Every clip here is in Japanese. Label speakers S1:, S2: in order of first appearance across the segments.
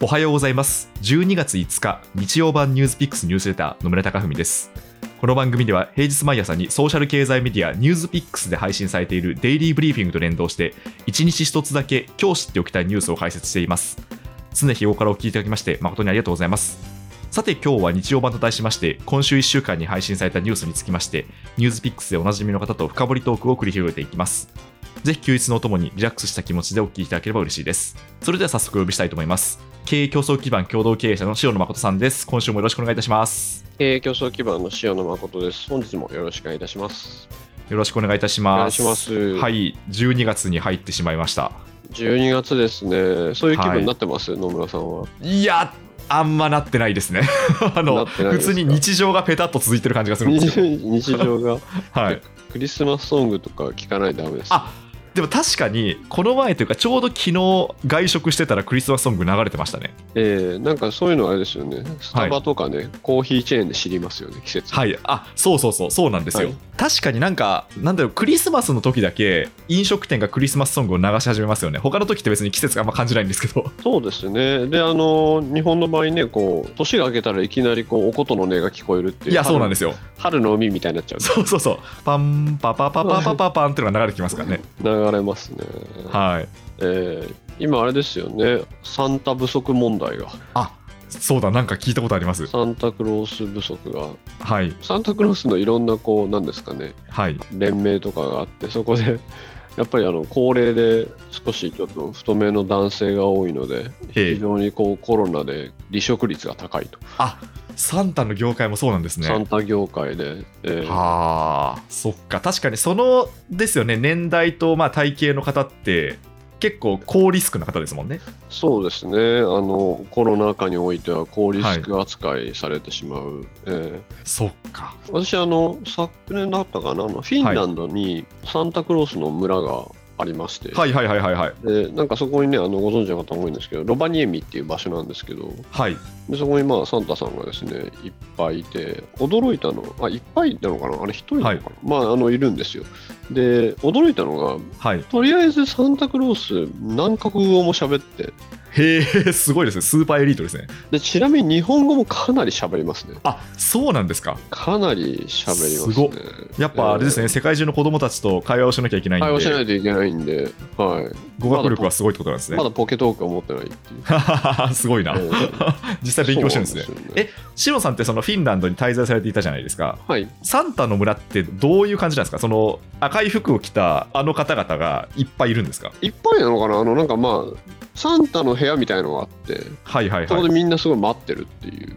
S1: おはようございます12月5日日曜版ニュースピックスニュースレター野村貴文ですこの番組では平日毎朝にソーシャル経済メディアニュースピックスで配信されているデイリーブリーフィングと連動して1日1つだけ今日知っておきたいニュースを解説しています常日頃からお聞きいただきまして誠にありがとうございますさて今日は日曜版と題しまして今週1週間に配信されたニュースにつきましてニュースピックスでおなじみの方と深掘りトークを繰り広げていきますぜひ休日のおともにリラックスした気持ちでお聞きいただければ嬉しいですそれでは早速お呼びしたいと思います経営競争基盤共同経営者の塩野誠さんです今週もよろしくお願いいたします
S2: 経営競争基盤の塩野誠です。本日もよろしくお願いいたします。
S1: よろしくお願いいたします
S2: お願いします
S1: はい12月に入ってしまいました
S2: 12月ですね。そういう
S1: は
S2: 気
S1: い
S2: 分になってます、野村さんは。
S1: いやあんまなってないですね あの
S2: なってない
S1: 普
S2: ですか
S1: 通に日常がペタッと続いてる感じがするんですよ
S2: 日常が
S1: はい
S2: クリスマスソングとか聞かないとダメです。
S1: あでも確かにこの前というかちょうど昨日外食してたらクリスマスソング流れてましたね
S2: えーなんかそういうのはあれですよね。スタバとかね、コーヒーチェーンで知りますよね、季節。
S1: はいあそうそうそうそうなんですよ、
S2: はい
S1: 確かになんかなんだろうクリスマスの時だけ飲食店がクリスマスソングを流し始めますよね他の時って別に季節があんま感じないんですけど
S2: そうですね。で、あの、日本の場合ね、こう、年が明けたらいきなりこう、お琴の音が聞こえるっていう。。
S1: いやそうなんですすよ
S2: 春の海みたいになっちゃう。
S1: そうそうそうパンパパパパパパパンっていうのが流れてきますからね
S2: 流れますね。
S1: はい
S2: えー今あれですよね。サンタ不足問題が。
S1: あそうだなんか聞いたことあります
S2: サンタクロース不足が
S1: はい
S2: サンタクロースのいろんなこうなんですかね
S1: はい
S2: 連盟とかがあってそこで やっぱりあの高齢で少しちょっと太めの男性が多いので
S1: え
S2: 非
S1: え
S2: 常にこうコロナで離職率が高いと、
S1: あサンタの業界もそうなんですね
S2: サンタ業界で、えー
S1: はあそっか確かにそのですよね年代とまあ体型の方って結構高リスクな方ですもんね
S2: そうですねあのコロナ禍においては高リスク扱いされてしまう、えー
S1: そっか
S2: 私あの昨年だったかなあのフィンランドにサンタクロースの村がありまして、
S1: はいはいはいはいはい
S2: でなんかそこにねあのご存知の方多いんですけどロバニエミっていう場所なんですけど
S1: はい
S2: でそこにまあサンタさんがですねいっぱいいて驚いたのあいっぱいなのかなあれ一人なのかな、まああのいるんですよで驚いたのが
S1: はい
S2: とりあえずサンタクロース何国語も喋って
S1: へえすごいですねスーパーエリートですね
S2: でちなみに日本語もかなり喋りますね
S1: あそうなんですか
S2: かなり喋りま
S1: す
S2: す
S1: ご
S2: ね
S1: っやっぱあれですね、
S2: えー
S1: 世界中の子供たちと会話をしなきゃいけないんで
S2: 会話しないといけないんで、はい、
S1: 語学力はすごいってことなんですね
S2: まだポケトークは持ってないっていう
S1: すごいな、
S2: え ー
S1: 実際勉強してるんですね
S2: そうなんですよ
S1: えシロさんってそのフィンランドに滞在されていたじゃないですか
S2: はい
S1: サンタの村ってどういう感じなんですかその赤い服を着たあの方々がいっぱいいるんですか
S2: いっぱいなのかなあのなんかまあサンタの部屋みたいのがあって
S1: はいはい
S2: そ
S1: は
S2: こ
S1: い
S2: でみんなすごい待ってるっていう、
S1: へ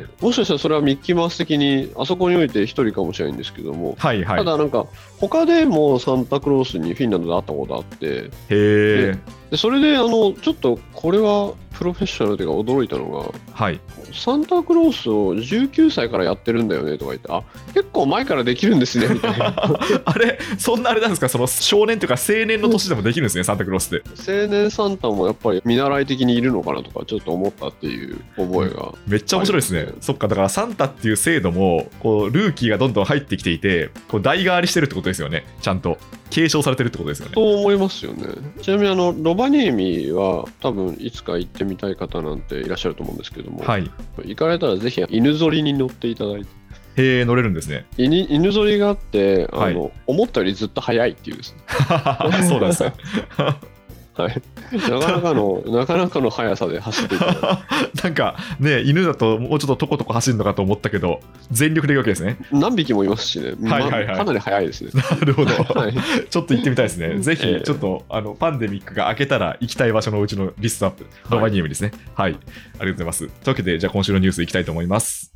S1: え
S2: もしかしたらそれはミッキーマウス的にあそこにおいて一人かもしれないんですけども、
S1: はいはい
S2: ただなんか他でもサンタクロースにフィンランドで会ったことあって
S1: へえ
S2: ねでそれであのちょっとこれはプロフェッショナルというか驚いたの
S1: はい
S2: がサンタクロースを19歳からやってるんだよねとか言ってあ結構前からできるんですねみた いな
S1: あれそんなあれなんですかその少年というか青年の年でもできるんですね、サンタクロースって
S2: 青年サンタもやっぱり見習い的にいるのかなとかちょっと思ったっていう覚えが
S1: めっちゃ面白いですね、
S2: はい
S1: そっかだからサンタっていう制度もこうルーキーがどんどん入ってきていてこう代替わりしてるってことですよねちゃんと継承されてるってことですよね
S2: と思いますよねちなみにあのロバニエミは多分いつか行ってみたい方なんていらっしゃると思うんですけども、
S1: はい
S2: 行かれたらぜひ犬ぞりに乗っていただいて
S1: へえ乗れるんですね
S2: 犬犬ぞりがあってあの、
S1: は
S2: 思ったよりずっと早いっていうですね、
S1: そうなんですね
S2: はい、なかなかのなかなかの速さで走っていた だいて
S1: なんかね犬だともうちょっととことこ走るのかと思ったけど全力でいくわけ ですね
S2: 何匹もいますしね、ま
S1: はいはいはい
S2: かなり速いですね
S1: なるほど
S2: はい、
S1: ちょっと行ってみたいですね。ぜ
S2: え
S1: ひ、
S2: え
S1: ちょっと、あの、パンデミックが明けたら行きたい場所のうちのリストアップ、ロマニウムですね。はい。ありがとうございます。というわけで、じゃあ今週のニュース行きたいと思います。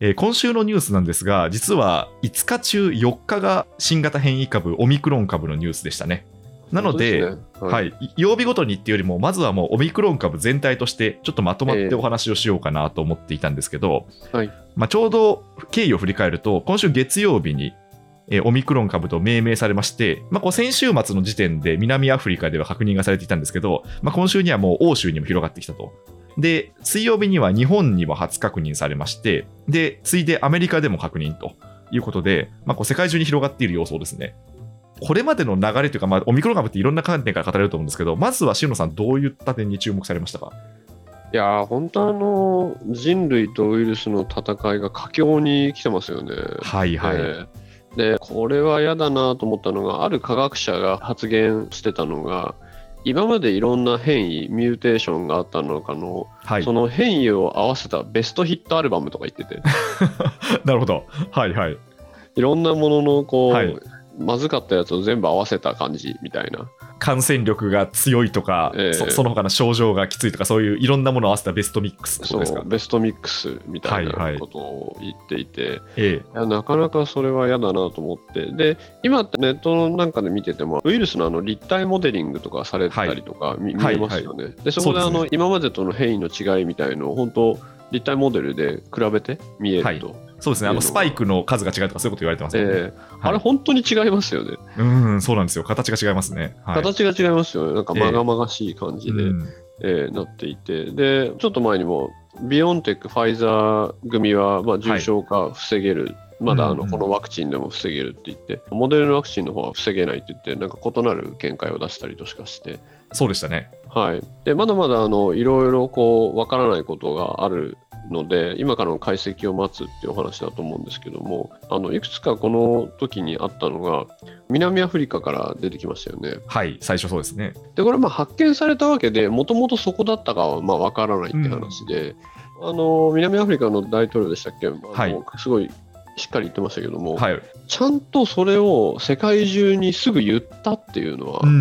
S1: えー今週のニュースなんですが、実は5日中4日が新型変異株、オミクロン株のニュースでしたね。なので、
S2: そうすね
S1: はいい、曜日ごとにっていうよりも、まずはもうオミクロン株全体として、ちょっとまとまってお話をしようかなと思っていたんですけど、
S2: はい
S1: まあ、ちょうど経緯を振り返ると、今週月曜日に、えーオミクロン株と命名されまして、まあ、こう先週末の時点で南アフリカでは確認がされていたんですけど、まあ、今週にはもう欧州にも広がってきたと。で、水曜日には日本にも初確認されまして、で、次いでアメリカでも確認ということで、まあ、こう世界中に広がっている様相ですね。これまでの流れというか、まあ、オミクロン株っていろんな観点から語れると思うんですけど、まずは塩野さん、どういった点に注目されましたか
S2: いやー本当あの人類とウイルスの戦いが佳境に来てますよね。
S1: はいはい。
S2: えーでこれは嫌だなと思ったのがある科学者が発言してたのが今までいろんな変異ミューテーションがあったのかの、
S1: はい
S2: そ、の変異を合わせたベストヒットアルバムとか言って て
S1: なるほど。はいはい。
S2: いろんなもののこう、
S1: はい
S2: まずかったやつを全部合わせた感じみたいな
S1: 感染力が強いとか、
S2: ええ
S1: そその他の症状がきついとか、そういういろんなものを合わせたベストミックスってこと
S2: そ
S1: ですか
S2: う。ベストミックスみたい
S1: はいは
S2: ないことを言っていて。
S1: え
S2: いやなかなかそれは嫌だなと思ってで今ってネットなんかで見ててもウイルスのあの立体モデリングとかされたりとか見,、
S1: はい
S2: 見えますよね、でそ
S1: そう
S2: こ
S1: で
S2: ですあ
S1: ね
S2: の今までとの変異の違いみたいのを本当立体モデルで比べて見えると、
S1: えそうですね、あの
S2: ってい
S1: ス
S2: うのは
S1: パイクの数が違うとか、そういうこと言われてますよね。
S2: ええ
S1: はい
S2: あれ本当に違いますよね、
S1: うん、そうなんですよ。形が違いますね。はい、
S2: 形が違いますよねなんか
S1: ええ
S2: まがまがしい感じで、
S1: うん
S2: えーなっていてでちょっと前にもビオンテック、ファイザー組は、まあ、重症化防げる、まだあ
S1: うん
S2: の
S1: うん
S2: このワクチンでも防げるって言って、モデルのワクチンの方は防げないって言ってなんか異なる見解を出したりとしかして、
S1: そうでしたね。
S2: はい、でまだまだあのいろいろこう分からないことがあるので今からの解析を待つっていうお話だと思うんですけどもあのいくつかこの時にあったのが南アフリカから出てきましたよね。
S1: はい、最初そうですね。
S2: でこれまあ発見されたわけでもともとそこだったかはまあ分からないって話で、あの南アフリカの大統領でしたっけ、あの
S1: はい
S2: すごいしっかり言ってましたけども、
S1: はい。
S2: ちゃんとそれを世界中にすぐ言ったっていうのは、
S1: うんうんう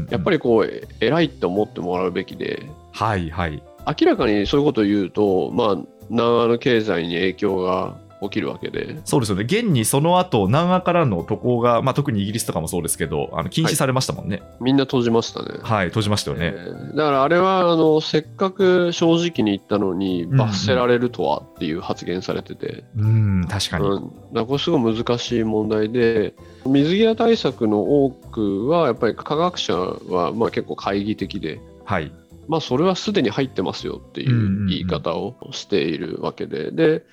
S1: ん。
S2: やっぱ
S1: り。
S2: りこうえ偉いって思ってもらうべきで
S1: はいはい。
S2: 明らかにそういうことを言うと、まあ、南アの経済に影響が起きるわけで。
S1: そうですよね。現にその後、南アからの渡航が、まあ、特にイギリスとかもそうですけど、あの禁止されましたもんね。
S2: みんな閉じましたね。
S1: はい、閉じましたよね。
S2: えーだからあれはあのせっかく正直に言ったのに
S1: うん
S2: 罰せられるとはっていう発言されてて、
S1: うん、確かに。
S2: うん、だからこれすごい難しい問題で水際対策の多くはやっぱり科学者はまあ結構懐疑的で。
S1: はい。
S2: まあ、それはすでに入ってますよってい
S1: んうんう
S2: うんう言い方をしているわけで、で、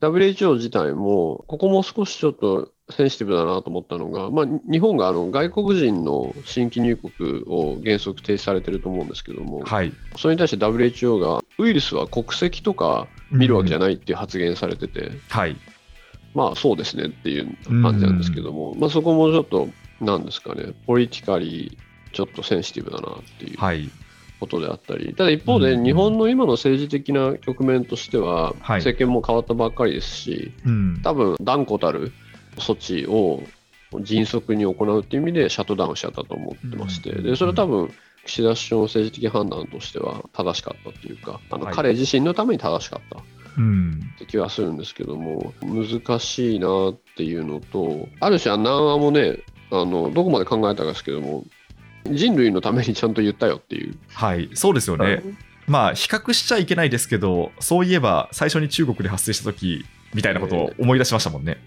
S2: WHO 自体も、ここも少しちょっとセンシティブだなと思ったのが、まあ、日本があの外国人の新規入国を原則停止されてると思うんですけども、
S1: はい。
S2: それに対して WHO がウイルスは国籍とか見るわけじゃ
S1: ない。
S2: ないっていう発言されてて、
S1: はい。
S2: まあそうですねっていう感じなんですけども、まあ、そこもちょっと、なんですかね、ポリティカリーちょっとセンシティブだなっていう
S1: はい。
S2: ことであったり、ただ一方で、
S1: うん
S2: 日本の今の政治的な局面としては、
S1: はい
S2: 政権も変わったばっかりですし、
S1: うん。
S2: 多分断固たる措置を迅速に行うっていう意味で、シャットダウンしちゃったと思ってまして、
S1: うん
S2: でそれは多分岸田首相の政治的判断としては正しかったっていうか、あの
S1: はい
S2: 彼自身のために正しかった。
S1: うん。
S2: って気はするんですけども難しいなっていうのとある種は南アもねあのどこまで考えたかですけども人類のためにちゃんと言ったよっていう、
S1: はい。そうですよね。まあ、比較しちゃいけないですけど、そういえば、最初に中国で発生した時みたいなことを思い出しましたもんね。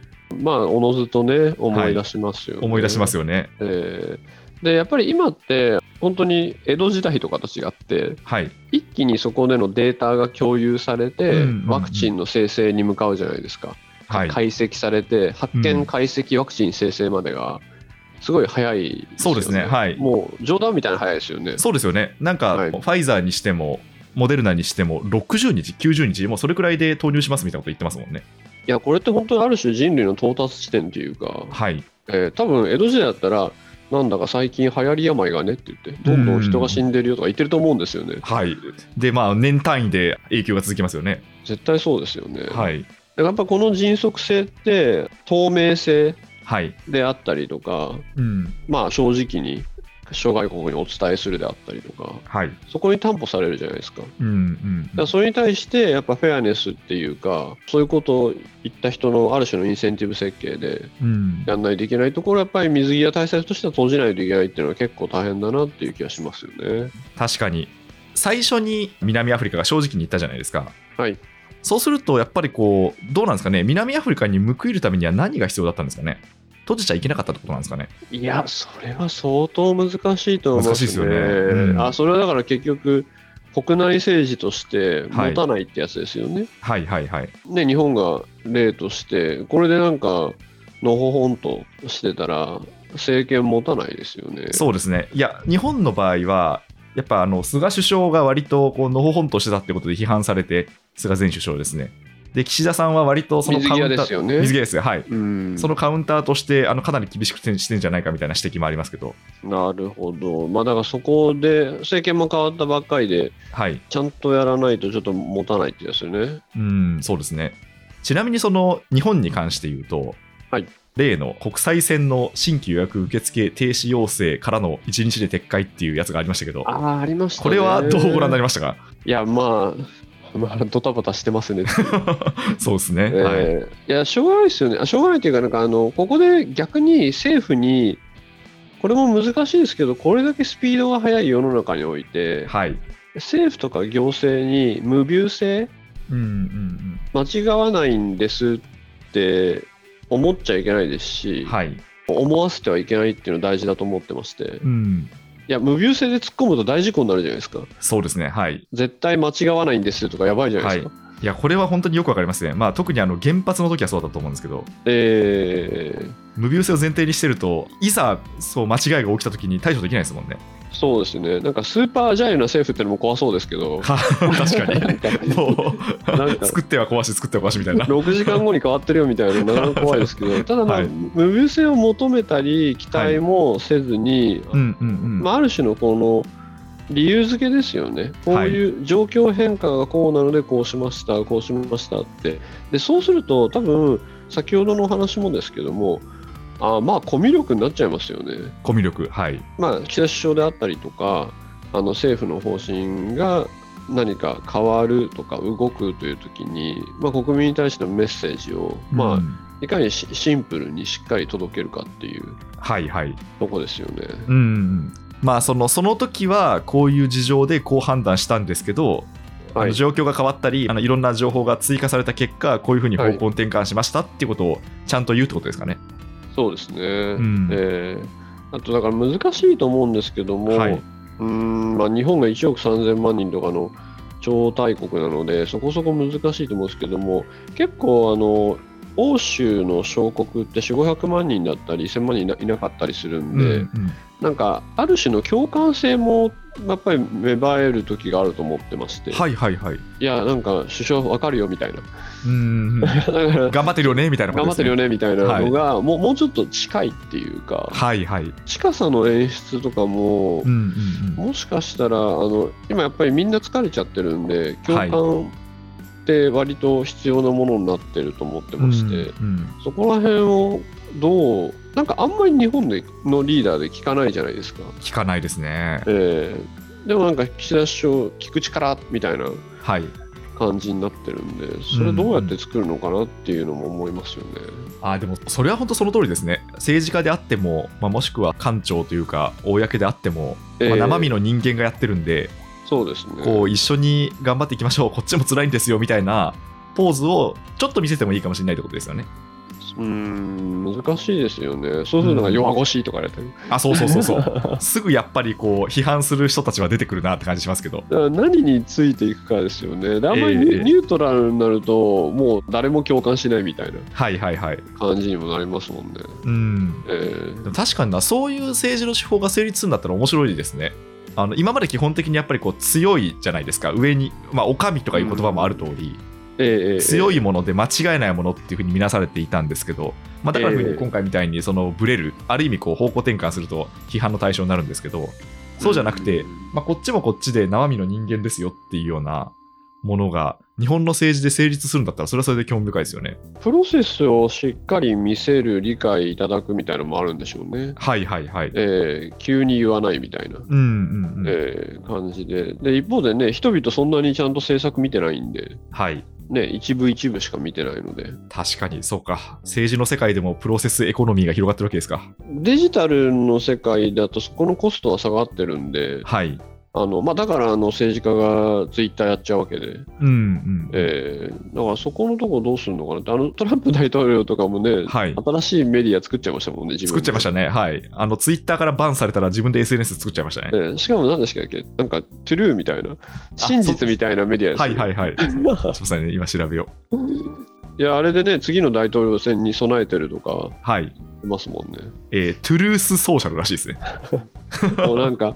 S2: まあおのずとね思い出しますよね、
S1: 思い出します
S2: よ、
S1: よね。
S2: えーでやっぱり今って本当に江戸時代とかと違って
S1: はい。
S2: 一気にそこでのデータが共有されて、
S1: うんうんうん
S2: ワクチンの生成に向かうじゃないですか、
S1: はい。
S2: 解析されて発
S1: うん
S2: 見解析ワクチン生成までがすごい早いです
S1: そう
S2: よ
S1: ですね。はい。
S2: もう冗談みたいな早いですよね。
S1: そうですよね、なんか、
S2: はい
S1: ファイザーにしても、モデルナにしても、60日、90日、もうそれくらいで投入しますみたいなこと言ってますもんね。
S2: いやこれって本当にある種人類の到達地点というか、
S1: はい、
S2: えー多分江戸時代だったらなんだか最近流行り病がねって言ってどんどん人が死んでるよとか言ってると思うんですよね。
S1: はい、で、まあ、年単位で影響が続きますよね。
S2: 絶対そうですよね。
S1: はい、
S2: やっぱこの迅速性って透明性
S1: はい、
S2: であったりとか、
S1: うん、
S2: まあ、正直に諸外国にお伝えするであったりとか
S1: はい、
S2: そこに担保されるじゃないですか。
S1: うん、うん
S2: だか、らそれに対してやっぱフェアネスっていうかそういうことを言った人のある種のインセンティブ設計で
S1: うん、
S2: やんないといけないところはやっぱり水際対策としては閉じないといけないっていうのは結構大変だなっていう気がしますよね。
S1: 確かに、最初に南アフリカが正直に言ったじゃないですか。
S2: はい、
S1: そうすると、やっぱりこう、どうなんですかね、南アフリカに報いるためには何が必要だったんですかね。閉じちゃいけなかったってことなんですかね。
S2: いやそれは相当難しいと思いま
S1: 難
S2: すね。
S1: しいですよねうん
S2: あそれはだから結局国内政治として
S1: はい
S2: 持たないってやつですよね。
S1: はい、はい、はい。
S2: ね日本が例としてこれでなんかのほほんとしてたら、政権持たないですよね。
S1: そうですね。いや、日本の場合は、やっぱあの菅首相が割とこうのほほんとしてたってことで批判されて、菅前首相ですね。で、岸田さんは割とその
S2: 水
S1: カウ
S2: 際
S1: ン
S2: で
S1: タ
S2: す
S1: ー、
S2: よね。
S1: 水際ですよはい。
S2: うん、
S1: そのカウンターとして、あのかなり厳しくしてんじゃないかみたいな指摘もありますけど、
S2: なるほど、まあ、だからそこで政権も変わったばっかりで、
S1: はい、
S2: ちゃんとやらないとちょっと持たないってやつよね。
S1: うん、そうですね。ちなみにその日本に関して言うと、
S2: はい
S1: 例の国際線の新規予約受付停止要請からの1日で撤回っていうやつがありましたけど、
S2: ああ、ありましたね。
S1: これはどうご覧にな
S2: り
S1: りましたか
S2: いや、まあ、まあ、ドタバタしてますね。
S1: そうですね、はい、
S2: えーいや、しょうがないですよね。あしょうがないというか、なんかあの、ここで逆に政府に、これも難しいですけど、これだけスピードが速い世の中において、
S1: はい
S2: 政府とか行政に無謬性、
S1: うんうん
S2: 間違わないんですって思っちゃいけないです
S1: う
S2: し
S1: ん、、はい、
S2: 思わせてはいけないっていうのは大事だと思ってまして、
S1: うん、
S2: いや、無謬性で突っ込むと大事故になるじゃないですか。
S1: そうですね、はい。
S2: 絶対間違わないんですとか、やばいじゃないですか。
S1: いや、これは本当によくわかりますね。まあ、特にあの原発の時はそうだったと思うんですけど、
S2: えー
S1: 無病性を前提にしてると、いざそう間違いが起きた時に対処できないですもんね。
S2: そうですね、なんかスーパーアジャイルな政府ってのも怖そうですけど、
S1: は確か
S2: なんか
S1: に。も
S2: なん
S1: う、
S2: か
S1: 作っては壊し、作っては壊しみたいな。
S2: 6時間後に変わってるよみたいなの、なかなか怖いですけど、ただ、まあ
S1: はい
S2: 無無性を求めたり、期待もせずに、
S1: うんうんうん。
S2: まあ、ある種のこの理由付けですよね、こういう状況変化がこうなので、こうしました、こうしましたって、でそうすると、多分先ほどのお話もですけども、あーまあ、コミュ力になっちゃいますよね。
S1: コミュ力。はい。
S2: まあ、岸田首相であったりとかあの政府の方針が何か変わるとか動くという時に、まあ、国民に対してのメッセージを、
S1: う
S2: ま
S1: ん
S2: あ、いかにしシンプルにしっかり届けるかっていう
S1: はいはい。
S2: とこですよね。
S1: うんうん。まあ、その、その時は、こういう事情でこう判断したんですけど、あ
S2: は
S1: の
S2: い、
S1: 状況が変わったり、あのいろんな情報が追加された結果、こういうふうに方
S2: はい
S1: 向転換しましたっていうことをちゃんと言うってことですかね。
S2: そうですね、
S1: ん
S2: えーあとだから難しいと思うんですけども、
S1: はいう
S2: ーんまあ、日本が1億3000万人とかの超大国なのでそこそこ難しいと思うんですけども結構あの欧州の小国って4 5 0 0万人だったり1000万人いないなかったりするんで、
S1: うん
S2: なんかある種の共感性もやっぱり芽生える時があると思ってまして、
S1: はいはいはい。
S2: い、やなんか首相わかるよみたいな
S1: うんうん
S2: だから
S1: 頑張ってるよねみたいなこ
S2: 頑
S1: とで
S2: 張っ
S1: すね
S2: てるよねみたいなのが、もうもうちょっと近いっていうか、
S1: はいはい。
S2: 近さの演出とかも、
S1: うんうんうん
S2: もしかしたらあの今やっぱりみんな疲れちゃってるんで共感って割と必要なものになってると思ってまして、
S1: うんうん
S2: そこら辺をどうなんかあんまり日本でのリーダーで聞かないじゃないですか、
S1: 聞かないですね。
S2: ええでもなんか岸田首相聞く力みたいな
S1: はい。
S2: 感じになってるんでそれどうやって作るのかなっていうのも思いますよね、
S1: あーでもそれは本当その通りですね。政治家であっても、まあ、もしくは官庁というか、公であっても、
S2: え
S1: まあ、
S2: え
S1: 生身の人間がやってるんで、
S2: そうですね
S1: こう一緒に頑張っていきましょう、こっちも辛いんですよみたいなポーズをちょっと見せてもいいかもしれないってことですよね。
S2: うーん難しいですよねそうするのが弱腰とかやってる
S1: あ、そうそうそうそう。すぐやっぱりこう批判する人たちは出てくるなって感じしますけど。
S2: だから何についていくかですよね。であんまりニュ,、
S1: ええ
S2: ートラルになると、もう誰も共感しないみたいな
S1: はいはいはい。
S2: 感じにもなりますもんね。
S1: うん。
S2: え
S1: でも確かにな、そういう政治の手法が成立するんだったら面白いですね。あの今まで基本的にやっぱりこう強いじゃないですか、上に、まあ、お上とかいう言葉もある通り、
S2: えええ
S1: 強
S2: い、
S1: いもので間違いないものっていうふうに見なされていたんですけど、まあ、だからこそ今回みたいにそのブレる、ある意味こう方向転換すると批判の対象になるんですけどそうじゃなくて、まあ、こっちもこっちで生身の人間ですよっていうようなものが日本の政治で成立するんだったらそれはそれで興味深いですよね。
S2: プロセスをしっかり見せる、理解いただくみたいなのもあるんでしょうね。
S1: はいはいはい。
S2: ええ急に言わないみたいな。
S1: うんうんうん。
S2: ええ感じでで一方でね人々そんなにちゃんと政策見てないんで、
S1: はい。
S2: ね、一部一部しか見てないので
S1: 確かにそうか。政治の世界でもプロセスエコノミーが広がってるわけですか。
S2: デジタルの世界だとそこのコストは下がってるんで、
S1: はい。
S2: あのまあ、だからあの政治家がツイッターやっちゃうわけで、
S1: うんうん。
S2: えーだからそこのとこどうするのかなって、あの トランプ大統領とかもね、
S1: はい。
S2: 新しいメディア作っちゃいましたもんね、自分で
S1: 作っちゃいましたね。はい。あの、ツイッターからバンされたら自分で SNS 作っちゃいましたね。
S2: えーしかも何でしたっけ、なんか、トゥルーみたいな、真実みたいなメディアです
S1: は
S2: よ
S1: いはいはい。すみませんね、今調べよ
S2: いや、あれでね、次の大統領選に備えてるとか、
S1: はい、
S2: いますも んね。
S1: えートゥルースソーシャルらしいですね。
S2: もうなんか、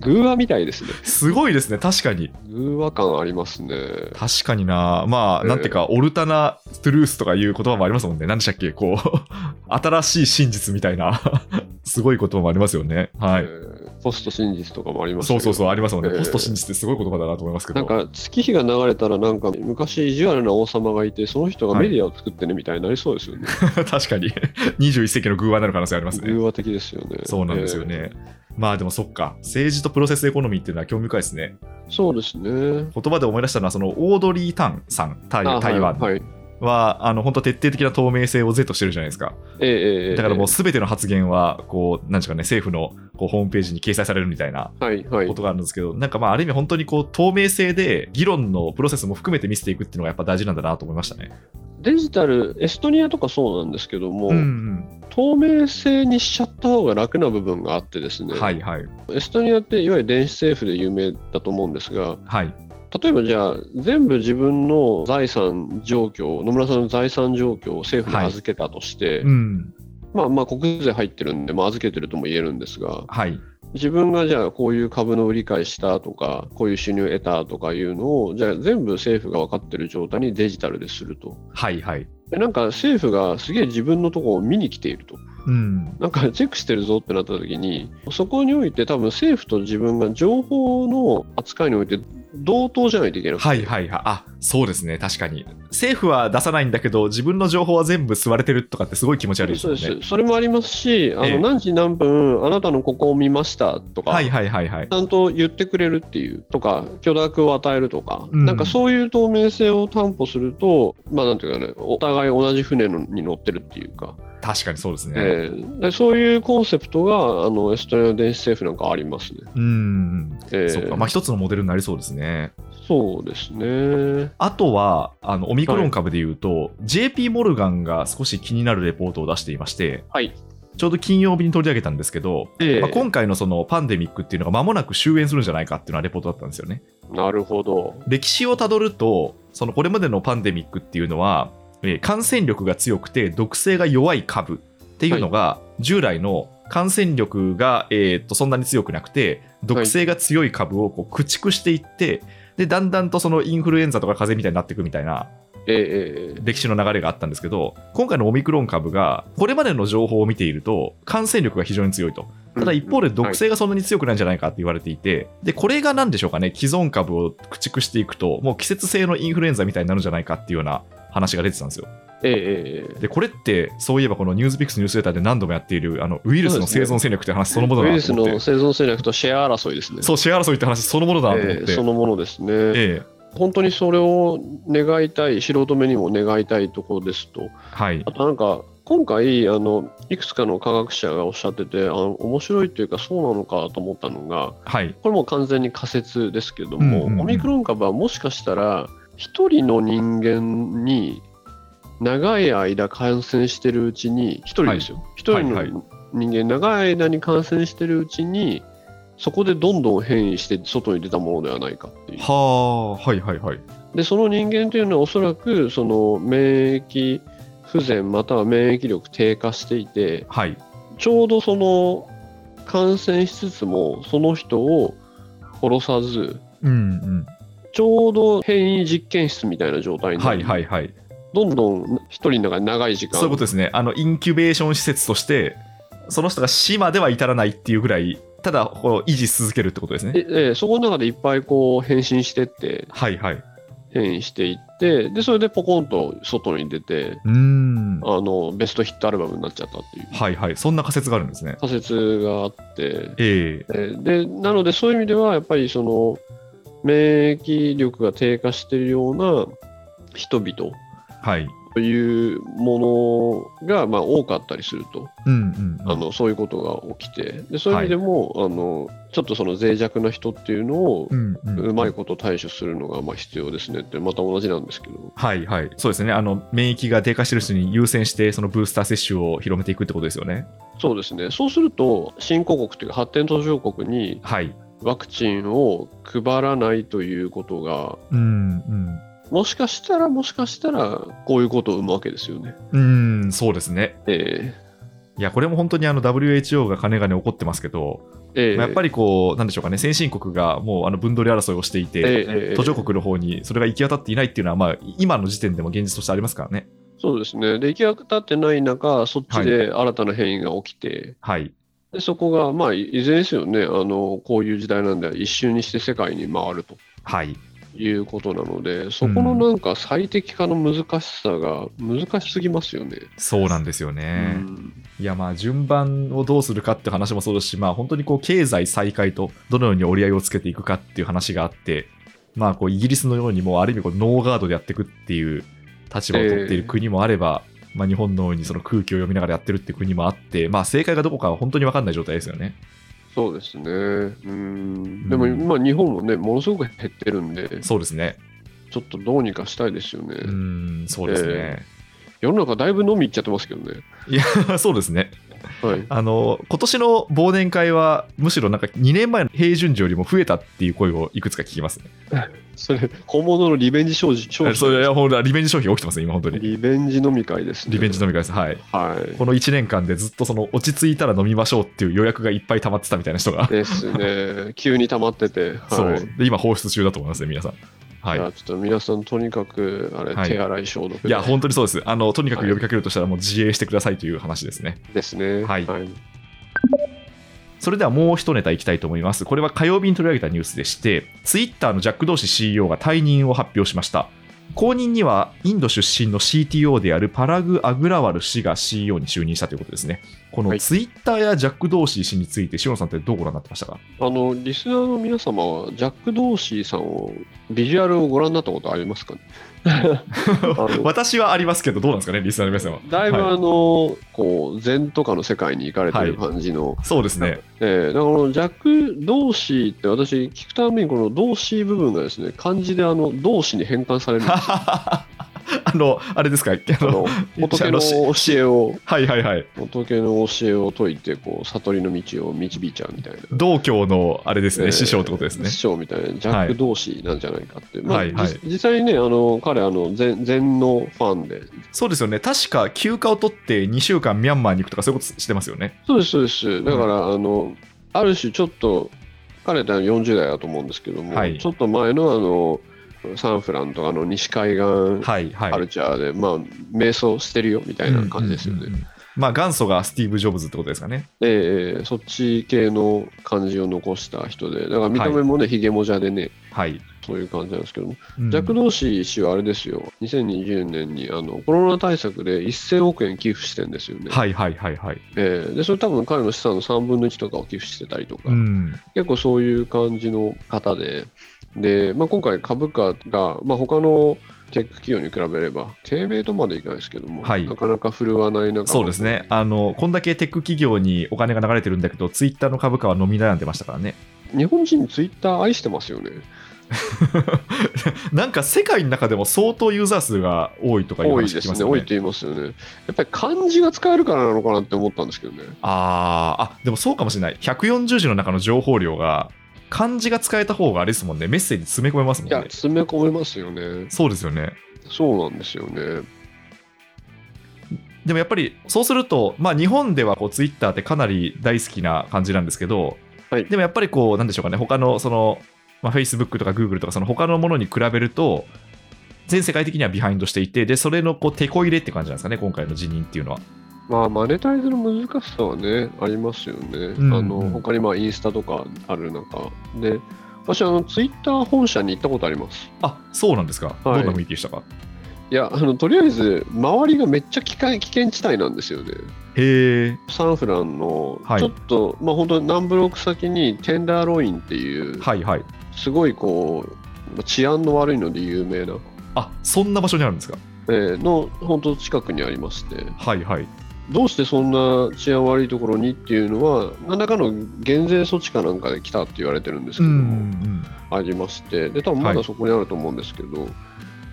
S2: 偶話みたいですね。
S1: すごいですね、確かに。
S2: 偶話感ありますね。
S1: 確かにな、まあ、
S2: ええ
S1: なんていうか、オルタナ・トゥルースとかいう言葉もありますもんね。なんでしたっけ、こう、 新しい真実みたいな、 すごい言葉もありますよね。は
S2: え
S1: い。
S2: ーポスト真実とかもあります
S1: そうそうそう、ありますもんね。
S2: ええ
S1: ポスト真実ってすごい言葉だなと思いますけど。
S2: なんか月日が流れたらなんか昔意地悪な王様がいてその人がメディアを作ってねみたいになりそうですよね。
S1: 確かに、21世紀の偶話になる可能性ありますね。
S2: 偶話的ですよね。
S1: そうなんですよね。まあでもそっか、政治とプロセスエコノミーっていうのは興味深いですね。
S2: えー。そうですね。
S1: 言葉で思い出したのは、そのオードリー・タンさん、台
S2: あ
S1: 台湾
S2: はい。はい
S1: は、あの本当、徹底的な透明性を是としてるじゃないですか。
S2: ええええええ
S1: だからもう、すべての発言は、こう、なんていうかね、政府のこうホームページに掲載されるみたいな
S2: はいはい
S1: ことがあるんですけど、なんかまあ、ある意味、本当にこう透明性で、議論のプロセスも含めて見せていくっていうのがやっぱ大事なんだなと思いましたね。
S2: デジタルエストニアとかそうなんですけども、
S1: うんうん、
S2: 透明性にしちゃった方が楽な部分があってですね、
S1: はいはい。
S2: エストニアっていわゆる電子政府で有名だと思うんですが
S1: はい。
S2: 例えばじゃあ全部自分の財産状況野村さんの財産状況を政府に預けたとして、
S1: うん。
S2: まあまあ国税入ってるんで、まあ、預けてるとも言えるんですが
S1: はい。
S2: 自分がじゃあこういう株の売り買いしたとかこういう収入を得たとかいうのをじゃあ全部政府が分かってる状態にデジタルですると
S1: はいはい。
S2: でなんか政府がすげえ自分のとこを見に来ていると
S1: うん。
S2: なんかチェックしてるぞってなった時にそこにおいて多分政府と自分が情報の扱いにおいて同等じゃないといけない
S1: はいはいはい。あそうですね、確かに。政府は出さないんだけど、自分の情報は全部吸われてるとかってすごい気持ち悪いです
S2: そう
S1: よ
S2: です
S1: ね。
S2: それもありますし、あの
S1: ええ
S2: 何時何分、あなたのここを見ましたとか、
S1: はいはいはいはい
S2: ち。ゃんと言ってくれるっていうとか、許諾を与えるとか、
S1: うん
S2: なんかそういう透明性を担保すると、まあなんていうかね、お互い同じ船のに乗ってるっていうか、
S1: 確かにそうですね。
S2: ええでそういうコンセプトがあのエストニアの電子政府なんかありますね。
S1: うん。
S2: ええ
S1: そっか、まあ、一つのモデルになりそうですね。
S2: そうですね。
S1: あとは、あのオミクロン株でいうと、JP モルガンが少し気になるレポートを出していまして、
S2: はい
S1: ちょうど金曜日に取り上げたんですけど、
S2: ええ
S1: まあ、今回のそのパンデミックっていうのが間もなく終焉するんじゃないかっていうのはレポートだったんですよね。
S2: なるほど。
S1: 歴史をたどるとそのこれまでのパンデミックっていうのはえー感染力が強くて毒性が弱い株っていうのが従来の感染力が、えーっとそんなに強くなくて毒性が強い株をこう駆逐していってでだんだんとそのインフルエンザとか風邪みたいになっていくみたいな
S2: ええええ
S1: 歴史の流れがあったんですけど今回のオミクロン株がこれまでの情報を見ていると感染力が非常に強いとただ一方で毒性がそんなに強くないんじゃないかって言われていて、でこれが何でしょうかね、既存株を駆逐していくと、もう季節性のインフルエンザみたいになるんじゃないかっていうような話が出てたんですよ。
S2: ええええ
S1: で、これって、そういえばこのニュースピックスニュースレターで何度もやっているあのウイルスの生存戦略って話そのもの
S2: ウ
S1: だな
S2: イル
S1: と
S2: ス
S1: 思って、
S2: の生存戦略とシェア争いですね。
S1: そう、シェア争いって話そのものだなと思っ
S2: え
S1: て、
S2: えそのものですね。
S1: ええ
S2: 本当にそれを願いたい素人目にも願いたいところですと
S1: はい
S2: あ、となんか今回あのいくつかの科学者がおっしゃっててあの面白いというかそうなのかと思ったのが
S1: はい、
S2: これもう完全に仮説ですけども、
S1: うんうんうん
S2: オミクロン株はもしかしたら一人の人間に長い間感染してるうちに一人ですよ一、人
S1: はい
S2: の人間長い間に感染してるうちにそこでどんどん変異して外に出たものではないかっていう
S1: はあ、はいはいはい、
S2: でその人間というのはおそらくその免疫不全または免疫力低下していて
S1: はい、
S2: ちょうどその感染しつつもその人を殺さず
S1: うん
S2: ちょうど変異実験室みたいな状
S1: う
S2: 態
S1: ん、
S2: にな
S1: は
S2: る
S1: いはいはい、
S2: どんどん一人の中で長い時間
S1: そういうことですね、あのインキュベーション施設として、その人が死までは至らないっていうぐらい、ただこう維持し続けるってことですね。
S2: でええそこの中でいっぱいこう変身してって
S1: はいはい。
S2: 変異していってでそれでポコンと外に出て
S1: うーん。
S2: あのベストヒットアルバムになっちゃったっていう
S1: はいはい。そんな仮説があるんですね。
S2: 仮説があって
S1: ええ
S2: えーでなのでそういう意味ではやっぱりその免疫力が低下しているような人々
S1: はい。
S2: というものがまあ多かったりすると、
S1: うんうん。
S2: あのそういうことが起きてでそういう意味でも、あのちょっとその脆弱な人っていうのを
S1: うんうん
S2: うまいこと対処するのがまあ必要ですねってまた同じなんですけど
S1: はいはい。そうですね。あの、免疫が低下してる人に優先して、そのブースター接種を広めていくってことですよね。
S2: そうですねそうすると新興国というか発展途上国に
S1: はい。
S2: ワクチンを配らないということが
S1: うんうん。
S2: もしかしたら、もしかしたら、こういうことを生むわけですよね。
S1: うーん、そうですね。
S2: え
S1: いや、これも本当にあの WHO がかねがね怒ってますけど、
S2: えええ
S1: まあやっぱりこう、なんでしょうかね、先進国がもうあの分取り争いをしていて、
S2: ええええ
S1: 途上国の方にそれが行き渡っていないっていうのは、まあ、今の時点でも現実としてありますからね。
S2: そうですね。出来上がってない中、そっちで新たな変異が起きて、
S1: はい。
S2: でそこが、まあ、いいずれですよねあの、こういう時代なんで、一瞬にして世界に回ると
S1: はい。
S2: いうことなので、そこのなんか最適化の難しさが難しすぎますよね。
S1: そうなんですよね。
S2: うん
S1: いや、まあ、順番をどうするかって話もそうですし、まあ、本当にこう、経済再開とどのように折り合いをつけていくかっていう話があって、まあ、こう、イギリスのようにもう、ある意味こう、ノーガードでやっていくっていう立場を取っている国もあれば、まあ、日本のようにその空気を読みながらやってるっていう国もあって、まあ、正解がどこかは本当に分かんない状態ですよね。
S2: そうですね。うん、で
S1: う
S2: も、
S1: ん
S2: まあ、日本もね、ものすごく減ってるんで、
S1: そうですね。
S2: ちょっとどうにかしたいですよね。
S1: うーん、そうですね。
S2: 世の中、だいぶ飲み行っちゃってますけどね。
S1: いや、そうですね。
S2: はい、
S1: あの、今年の忘年会は、むしろなんか2年前の平準時よりも増えたっていう声をいくつか聞きますね。
S2: それ、本物のリベンジ商事、商事
S1: それ、いやほら、リベンジ消費起きてますね、今、本当に。
S2: リベンジ飲み会ですね。
S1: リベンジ飲み会です。はい。
S2: はい。
S1: この1年間でずっとその落ち着いたら飲みましょうっていう予約がいっぱい溜まってたみたいな人が、
S2: で すね。急に溜まってて。はい、
S1: そう。で、今放出中だと思いますね、皆さん。はい
S2: じゃ。あちょっと皆さん、とにかく、あれ、
S1: はい
S2: 手洗い消毒
S1: いや、本当にそうです。あの、とにかく呼びかけるとしたらもう自衛してくださいという話ですね。
S2: ですね。
S1: はい
S2: はい。
S1: それではもう一ネタいきたいと思います。これは火曜日に取り上げたニュースでして、ツイッターのジャック・同士 CEO が退任を発表しました。後任にはインド出身の CTO であるパラグ・アグラワル氏が CEO に就任したということですね。こ
S2: は
S1: の
S2: い
S1: ツイッターやジャック・同士氏について、シオンさんってどうご覧になってましたか
S2: あの、リスナーの皆様は、ジャック・ドーシーさんを、ビジュアルをご覧になったことありますかねあの
S1: 私はありますけど、どうなんですかね、リスナーの皆さんは。
S2: だいぶ
S1: は
S2: あの、こう、禅とかの世界に行かれてる
S1: は
S2: 感じの、
S1: そうですね。
S2: えー、だからこのジャック・ドーシーって私聞くたびにこのドーシー部分がですね漢字であの動詞に変換されるんです
S1: あの、あれですか、あ
S2: あ
S1: の
S2: の仏の教えを
S1: はいはいはい、
S2: 仏の教えを解いてこう悟りの道を導いちゃうみたいな。
S1: 道教のあれですね、
S2: えー
S1: 師匠ってことですね
S2: 師。匠みたいな、ジャック同士なんじゃないかって、まあ
S1: はいはい
S2: じ実際にね、あの彼あの禅、禅のファンで、
S1: そうですよね、確か休暇を取って2週間ミャンマーに行くとか、そういうことしてますよね。
S2: そうです、そうです、だから、あのある種、ちょっと、彼ってあの40代だと思うんですけども、
S1: はい
S2: ちょっと前のあのサンフランとかの西海岸
S1: はいはい。
S2: カルチャーで、まあ、瞑想してるよみたいな感じですよね。
S1: うんうんうんまあ、元祖がスティーブ・ジョブズってことですかね。
S2: ええそっち系の感じを残した人で、だから見た目もね、ひげもじゃでね、
S1: はい。
S2: そういう感じなんですけども、
S1: うん
S2: ジャック・ドーシー氏はあれですよ、2020年にあのコロナ対策で1000億円寄付してんですよね。
S1: はいはいはいはい。
S2: ええでそれ多分彼の資産の3分の1とかを寄付してたりとか、
S1: うん。
S2: 結構そういう感じの方で、でまあ、今回株価が、まあ、他のテック企業に比べれば、低迷とまでいかないですけども、
S1: はい
S2: なかなか振るわない中、
S1: そうですね。あの、こんだけテック企業にお金が流れてるんだけど、ツイッターの株価は伸び悩んでましたからね。
S2: 日本人、ツイッター愛してますよね。
S1: なんか世界の中でも相当ユーザー数が多いとかいう
S2: 多い
S1: 話
S2: で
S1: 聞き
S2: す
S1: ま
S2: ね
S1: すよ
S2: 多
S1: ね
S2: いと。言いますよね。やっぱり漢字が使えるからなのかなって思ったんですけどね。
S1: あーあ、でもそうかもしれない。140字の中の情報量が、漢字が使えた方があれですもんね、メッセージ詰め込めますも
S2: い
S1: ん
S2: や、
S1: ね。
S2: 詰め込めますよね。
S1: そうですよね。
S2: そうなんですよね。
S1: でもやっぱりそうすると、まあ、日本ではこうツイッターってかなり大好きな感じなんですけど、
S2: はい
S1: でもやっぱりこう、なんでしょうかね、他のその、まあ、Facebook とか Google とか、その他のものに比べると、全世界的にはビハインドしていて、で、それのこう、手こ入れって感じなんですかね、今回の辞任っていうのは。
S2: まあ、マネタイズの難しさはね、ありますよね。
S1: ん
S2: あの他にまあインスタとかある中で、私、あのツイッター本社に行ったことあります。
S1: あそうなんですか、
S2: はい
S1: どんな雰囲気でしたか。
S2: いや、あのとりあえず、周りがめっちゃ危険危険地帯なんですよね。
S1: へえ、
S2: サンフランの
S1: はい
S2: ちょっと、まあ本当に何ブロック先にテンダーロインっていう、
S1: はいはい。
S2: すごいこう、治安の悪いので有名な
S1: あそんな場所にあるんですか。
S2: えーの本当近くにありまして
S1: はいはい。
S2: どうしてそんな治安悪いところにっていうのは何らかの減税措置かなんかで来たって言われてるんですけども、ありましてで多分ま
S1: は
S2: だ
S1: い
S2: そこにあると思うんですけど、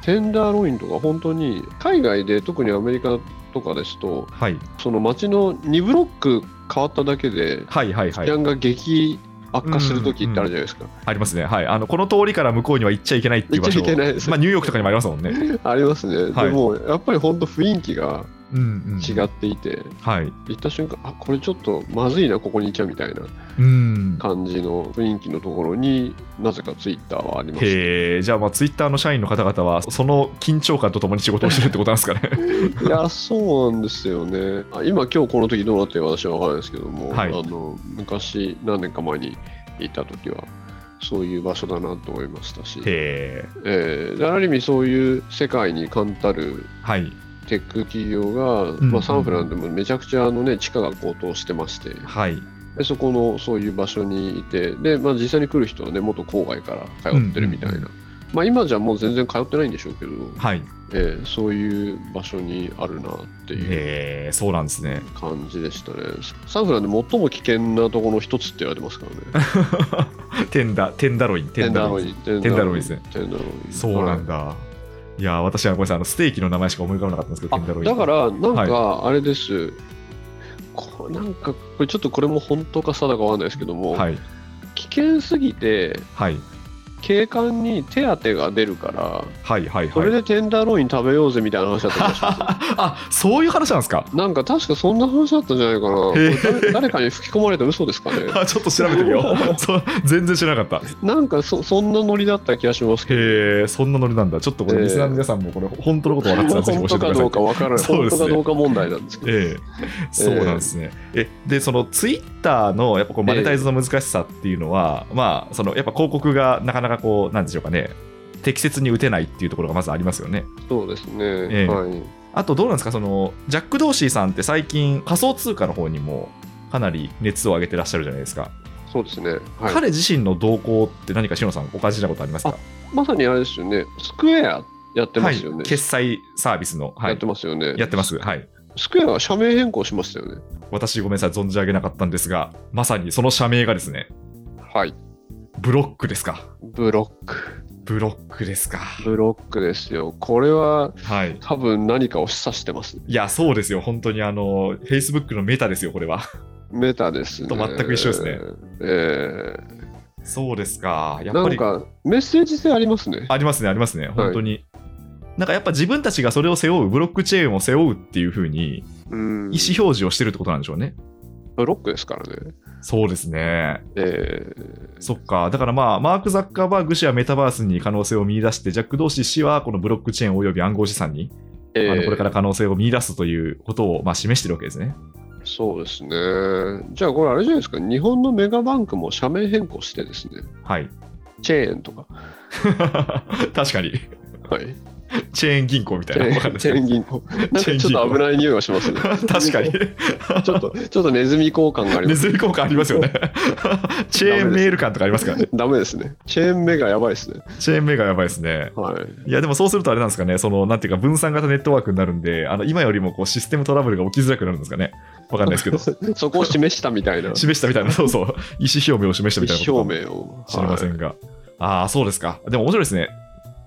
S2: テンダーロインとか本当に海外で特にアメリカとかですと
S1: はい
S2: その街の2ブロック変わっただけで
S1: はいはいはい。
S2: 治安が激悪化する時ってあるじゃないですか。
S1: ありますね、はい、あのこの通りから向こうには行っちゃいけないっていう場所
S2: 行っちゃいけないです
S1: まあ、ニューヨークとかにもありますもんね。
S2: ありますね。
S1: はい
S2: でもやっぱり本当雰囲気が
S1: うんうん、
S2: 違っていて、
S1: はい、
S2: 行った瞬間あこれちょっとまずいなここにいちゃみたいな
S1: うん
S2: 感じの雰囲気のところになぜかツイッターはありますね。
S1: へえじゃあまあツイッターの社員の方々はその緊張感とともに仕事をしてるってことなんですかね
S2: いやそうなんですよね。あ今今日この時どうなってるか私は分からないですけども、
S1: はい
S2: あの昔何年か前に行った時はそういう場所だなと思いましたし、え
S1: へえ
S2: ーである意味そういう世界に冠たる
S1: はい
S2: テック企業が、
S1: ん
S2: まあ、サンフランでもめちゃくちゃあの、ね、地価が高騰してまして
S1: はい
S2: でそこのそういう場所にいてで、まあ、実際に来る人はね元郊外から通ってるみたいな、
S1: うんうん
S2: まあ、今じゃもう全然通ってないんでしょうけど、
S1: はい
S2: えーそういう場所にあるなっていう
S1: へえそうなんですね
S2: 感じでしたねサンフランで最も危険なところの一つって言われてますからね
S1: テンダテンダロイン テンダロイン
S2: ンテ
S1: ンダロインですね
S2: テンダロイン
S1: そうなん
S2: だ
S1: だ、い、や私はごめんなさいあのステーキの名前しか思い浮かばなかったんですけど
S2: あ
S1: テンダロイン
S2: だからなんかあれです、こなんかこれちょっとこれも本当か定かわかんないですけども、
S1: はい
S2: 危険すぎて
S1: はい
S2: 警官に手当てが出るから
S1: はいはい
S2: そ
S1: は
S2: れ
S1: い
S2: でテンダーロイン食べようぜみたいな話だった気がします
S1: あそういう話なんですか
S2: なんか確かそんな話だったんじゃないかなこれ誰誰かに吹き込まれた嘘ですかね
S1: あちょっと調べてみよう そう全然知らなかった
S2: なんかそそんなノリだった気がしま すけど
S1: へえそんなノリなんだちょっとこれ
S2: ええ
S1: リスナーの皆さんもこれ本当のこと分かってたらぜひ教
S2: 本
S1: えてくださ
S2: 当かど
S1: いう
S2: かわからない、
S1: そう
S2: 本
S1: です
S2: 当
S1: ね
S2: かどうか問題なんですけど、
S1: ええ、そうなんですね。えでそのツイッターのやっぱこうマネタイズの難しさっていうのは、まあそのやっぱ広告がなかなかこうなんでしょうかね適切に打てないっていうところがまずありますよね。
S2: そうですね、
S1: え
S2: はい、
S1: あとどうなんですかそのジャック・ドーシーさんって最近仮想通貨の方にもかなり熱を上げてらっしゃるじゃないですか、
S2: そうですね、はい、
S1: 彼自身の動向って何かしのさんお感じなことありますか
S2: まさにあれですよねスクエアやってますよね、
S1: はい、決済サービスの、は
S2: やっ
S1: い
S2: て、ますよね
S1: やってますはい
S2: スクエアが社名変更しましたよね
S1: 私ごめんなさい存じ上げなかったんですがまさにその社名がですね
S2: はい
S1: ブロックですか
S2: ブロック
S1: ブロックですか
S2: ブロックですよこれは
S1: はい。
S2: 多分何かを示唆してます
S1: いや、そうですよ。本当にあの、Facebook のメタですよ、これは。
S2: メタですね。
S1: と全く一緒ですね。
S2: え
S1: そうですか。
S2: ー
S1: やっ
S2: な
S1: ぱ
S2: ん
S1: り、
S2: かメッセージ性ありますね。
S1: ありますね、ありますね。本当に。なんかやっぱ自分たちがそれを背負う、ブロックチェーンを背負うっていうふうに
S2: うん
S1: 意思表示をしてるってことなんでしょうね。
S2: ブロックですからね。
S1: そうですね。
S2: え
S1: そっか。だからまあ、マーク・ザッカーバーグ氏はメタバースに可能性を見出して、ジャック・ドーシー氏はこのブロックチェーンおよび暗号資産に、
S2: ーえ
S1: あの
S2: ー
S1: これから可能性を見出すということをまあ示してるわけですね。
S2: そうですね。じゃあこれあれじゃないですか。日本のメガバンクも社名変更してですね。
S1: はい。
S2: チェーンとか。
S1: 確かに。
S2: はい。
S1: チェーン銀行みた
S2: チ
S1: いな。
S2: ェ
S1: わかんないですけ
S2: ーンチェ
S1: ど
S2: ーン銀行。なんか
S1: チ
S2: ち
S1: ェー
S2: ょ
S1: ン銀行。
S2: っと危ない匂いがします ね
S1: 確 かに。
S2: ちょっとちょっとネズミ交換があり
S1: ネ
S2: ます。
S1: ズミ効果ありますよ ね。チェーンメール感とかありますからね。
S2: ダメですね。チェーン目がやばいですね。
S1: チェーンメールがやばいですね。
S2: はい。
S1: いや、でもそうするとあれなんですかね、その、なんていうか分散型ネットワークになるんで、あの、今よりもこうシステムトラブルが起きづらくなるんですかね。わかんないで すけど。
S2: そこを示したみたい な
S1: 示したみたいな、そうそう。意思表明を示したみたいな
S2: 意
S1: こと
S2: 思
S1: かも
S2: 表明を。
S1: 知りませ
S2: はい
S1: んが。ああ、そうですか。でも面白いですね。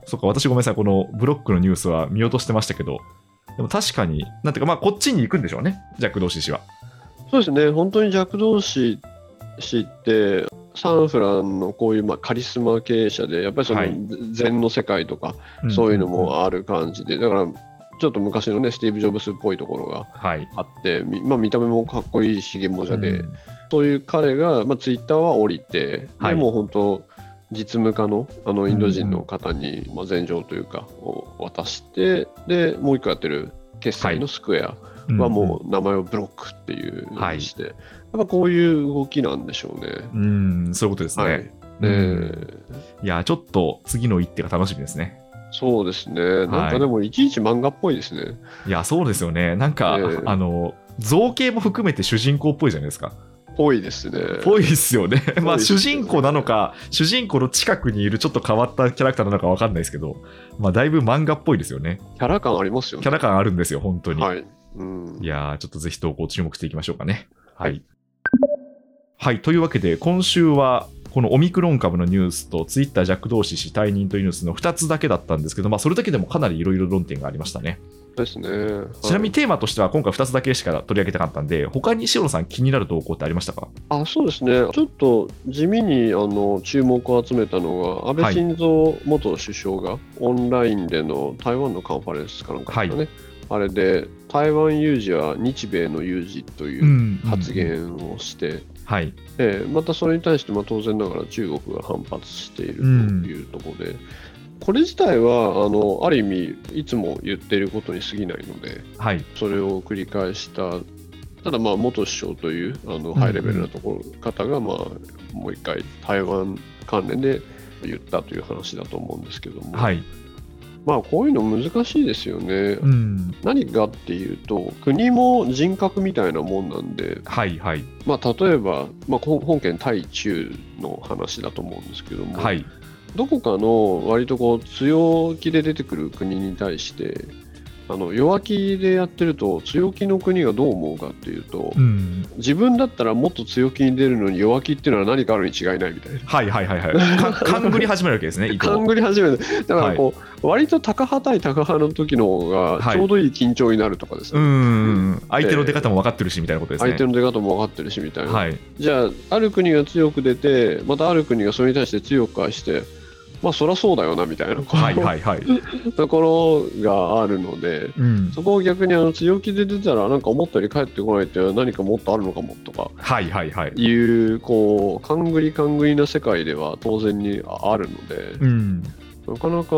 S1: そっか、私ごめんなさい。このブロックのニュースは見落としてましたけど、でも確かに、なんていうか、まあ、こっちに行くんでしょうね。ジャック・ドーシー氏は。
S2: そうですね、本当に弱同士士って、サンフランのこういうまあカリスマ経営者で、やっぱりその
S1: はい
S2: 禅の世界とか、
S1: ん
S2: そういうの。もある感じで、だからちょっと昔のね、スティーブ・ジョブスっぽいところが
S1: はい。
S2: あって、みまあ、見た目もかっこいいし、げもじゃで、
S1: うん
S2: そういう彼が、まあ、ツイッターは降りて、
S1: はい
S2: でもう本当、実務家のあのインド人の方に、まあ、禅譲というか、を渡して、でもう一個やってる決済のスクエア。はもう名前をブロックっていうのにして、やっぱこういう動きなんでしょうね。
S1: うん、そういうことですね。
S2: はい
S1: うん
S2: で
S1: いや、ちょっと次の一手が楽しみですね。
S2: そうですね、なんかでもいちいち漫画っぽいですね。
S1: いや、そうですよね。なんか、
S2: ええ
S1: あの、造形も含めて主人公っぽいじゃないですか。
S2: ぽいですね。
S1: ぽいですよね。まあ、
S2: そう
S1: 主
S2: ですね
S1: 人公なのか、主人公の近くにいるちょっと変わったキャラクターなのかわかんないですけど、まあ、だいぶ漫画っぽいですよね。
S2: キャラ感ありますよ
S1: キャ
S2: ね。
S1: ラ感あるんですよ、本当に。
S2: はい。うん
S1: い、やー、ちょっとぜひ投稿注目していきましょうかね。は
S2: はい
S1: い。はい、というわけで、今週はこのオミクロン株のニュースとツイッター弱同士死退任というニュースの2つだけだったんですけど、まあ、それだけでもかなりいろいろ論点がありましたね。
S2: ですね。
S1: ちなみ
S2: に
S1: にテーマとしては今回2つだけしか取り上げたかったんで、他に塩野さん気になる投稿ってありましたか
S2: あそうですね、ちょっと地味にあの注目を集めたのが、
S1: は
S2: 安倍
S1: い
S2: 晋三元首相がオンラインでの台湾のカンファレンスかなんかですかね、あれで、台湾有事は日米の有事という発。言をして、
S1: はい。
S2: ええまたそれに対してまあ当然ながら中国が反発していると
S1: うん
S2: いうところで、これ自体はあのある意味、いつも言っていることに過ぎないので。
S1: はい。
S2: それを繰り返した、ただまあ元首相というあのハイレベルなところ、方がまあもう一回、台湾関連で言ったという話だと思うんですけども、
S1: はい。
S2: まあ、こういうの難しいですよね。
S1: うん。
S2: 何がっていうと、国も人格みたいなもんなんで、
S1: はい。はい。
S2: まあ、例えば、まあ、こ本件対中の話だと思うんですけども、
S1: はい。
S2: どこかの割とこう強気で出てくる国に対してあの弱気でやってると強気の国がどう思うかっていうと
S1: うん。
S2: 自分だったらもっと強気に出るのに弱気っていうのは何かあるに違いないみたいな。
S1: はい。はい。はい。はい。 か勘繰り始めるわけ ですね、伊藤
S2: 勘。繰り始めてだからこう、割と高派対高派の時の方が
S1: はい
S2: ちょうどいい緊張になるとかです
S1: う
S2: ね、
S1: ん。相手の出方も分かってるし、みたいなことですね。
S2: 相手の出方も分かってるしみたいな、
S1: はい。
S2: じゃあある国が強く出てまたある国がそれに対して強く返してまあそりゃそうだよなみたいな、
S1: はい。はい。はい。
S2: ところがあるので
S1: うん。
S2: そこを逆にあの強気で出たらなんか思ったより帰ってこないっていうのは何かもっとあるのかもとか
S1: はい。はい。はい。
S2: いうこう勘繰り勘繰りな世界では当然にあるので
S1: うん。
S2: なかなか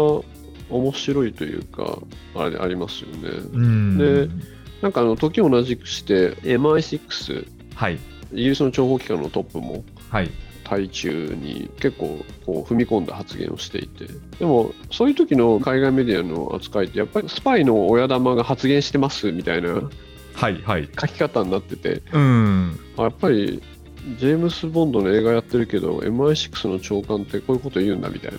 S2: 面白いというかあれありますよね。
S1: うん。
S2: でなんかあの時を同じくして MI6
S1: はい。
S2: イギリスの諜報機関のトップも
S1: はい。
S2: 対中に結構こう踏み込んだ発言をしていてでもそういう時の海外メディアの扱いってやっぱりスパイの親玉が発言してますみたいな
S1: はい。はい。
S2: 書き方になってて
S1: うん。
S2: あやっぱりジェームス・ボンドの映画やってるけど MI6 の長官ってこういうこと言うんだみたいな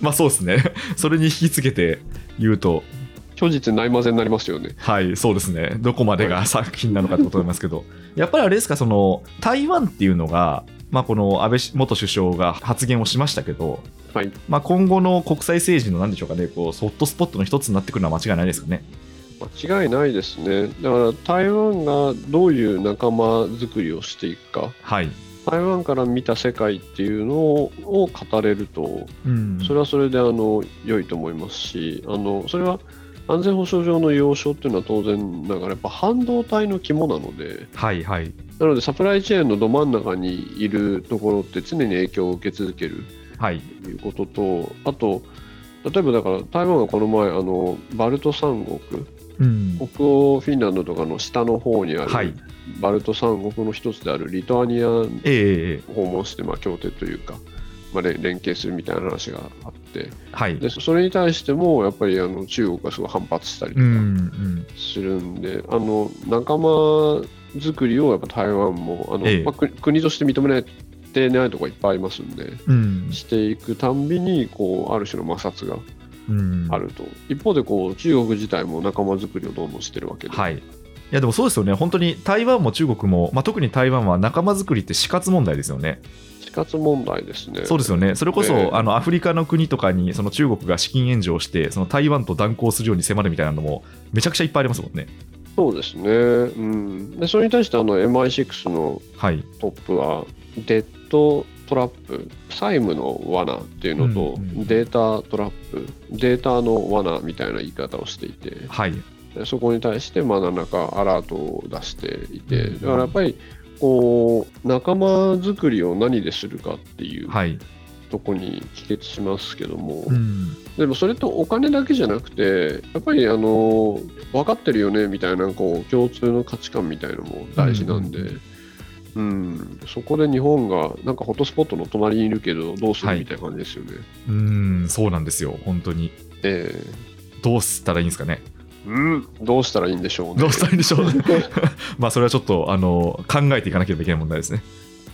S1: まあそうですね。それに引きつけて言うと、
S2: 虚実ないまぜになりますよね
S1: はい、そうですね。どこまでが作品なのかってこと思いますけど、 やっぱりあれですか、その台湾っていうのが、まあ、この安倍元首相が発言をしましたけど、
S2: はい
S1: まあ、今後の国際政治のなんでしょうかね、こうソフトスポットの一つになってくるのは間違いないですかね。
S2: 間違いないですねだから台湾がどういう仲間づくりをしていくか
S1: はい。
S2: 台湾から見た世界っていうのをを語れると
S1: うん
S2: それはそれであの良いと思いますしあのそれは安全保障上の要衝っていうのは当然だからやっぱ半導体の肝なので
S1: はいはい。
S2: なのでサプライチェーンのど真ん中にいるところって常に影響を受け続ける
S1: はい。
S2: ということとあと例えばだから台湾はこの前あのバルト三国
S1: うん。
S2: 北欧フィンランドとかの下の方にある、
S1: はい。
S2: バルト三国の一つであるリトアニアを
S1: ええええ
S2: 訪問して、まあ、協定というか、まあ、れ連携するみたいな話があって
S1: はい。
S2: でそれに対してもやっぱりあの中国がすごい反発したりと
S1: う
S2: か
S1: ん。うん。
S2: するんで、あの仲間作りをやっぱ台湾もあの、
S1: ええ
S2: まあ、国国として認められてないところいっぱいありますんで
S1: うん。
S2: していくたんびにこうある種の摩擦が
S1: うん
S2: あると、一方でこう中国自体も仲間作りをどんどんしてるわけで、
S1: はい。いやでもそうですよね、本当に台湾も中国も、まあ、特に台湾は仲間作りって死活問題ですよね。
S2: 死活問題ですね。
S1: そうですよね、それこそ、
S2: ええ
S1: あのアフリカの国とかにその中国が資金援助をして、その台湾と断交するように迫るみたいなのも、めちゃくちゃいっぱいありますもんね。
S2: そうですね、うん、でそれに対してあの MI6 の
S1: はい、
S2: トップはデッドトラップ債務の罠っていうのと、
S1: うんうん
S2: データトラップデータの罠みたいな言い方をしていて
S1: はい、
S2: でそこに対してまあ何らかアラートを出していて
S1: うん
S2: だからやっぱりこう仲間づくりを何でするかっていう
S1: はい。
S2: とこに帰結しますけども、
S1: うん、
S2: でもそれとお金だけじゃなくてやっぱりあの分かってるよねみたいなこう共通の価値観みたいのも大事なんで、
S1: う
S2: うんんそこで日本がなんかホットスポットの隣にいるけどどうす
S1: はい
S2: るみたいな感じですよね。
S1: うんそうなんですよ、本当に。
S2: え
S1: どうしたらいいんですかね。
S2: えうん、どうしたらいいんでしょう ね。
S1: どうしたらいいんでしょ う。まあ、それはちょっとあの考えていかなければいけない問題ですね。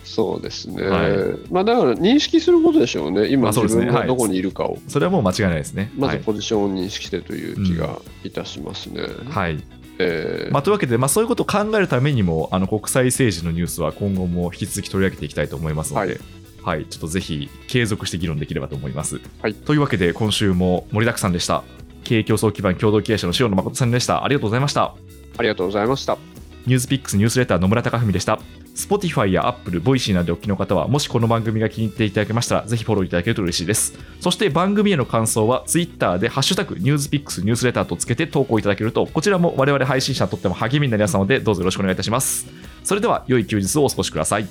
S2: そうですね、
S1: はい
S2: まあ、だから認識することでしょうね、
S1: ま
S2: 今、
S1: あそう
S2: 自
S1: ですね
S2: 分が
S1: はい
S2: どこにいるかを、
S1: それはもう間違いないですね。
S2: ま
S1: は
S2: ず
S1: い
S2: ポジションを認識してという気がいたしますね。
S1: はい
S2: ええ
S1: まあ、というわけで、まあ、そういうことを考えるためにもあの国際政治のニュースは今後も引き続き取り上げていきたいと思いますので、はいはい、ちょっとぜひ継続して議論できればと思います。
S2: はい
S1: というわけで、今週も盛りだくさんでした。経営競争基盤共同経営者の塩野誠さんでした。ありがとうございました。
S2: ありがとうございました。
S1: ニュースピックスニュースレター野村貴文でした。Spotify や Apple、Voicy などでお聞きの方は、もしこの番組が気に入っていただけましたら、ぜひフォローいただけると嬉しいです。そして番組への感想は、Twitter で、ハッシュタグ、ニュースピックスニュースレターとつけて投稿いただけると、こちらも我々配信者にとっても励みになりますので、どうぞよろしくお願いいたします。それでは、良い休日をお過ごしください。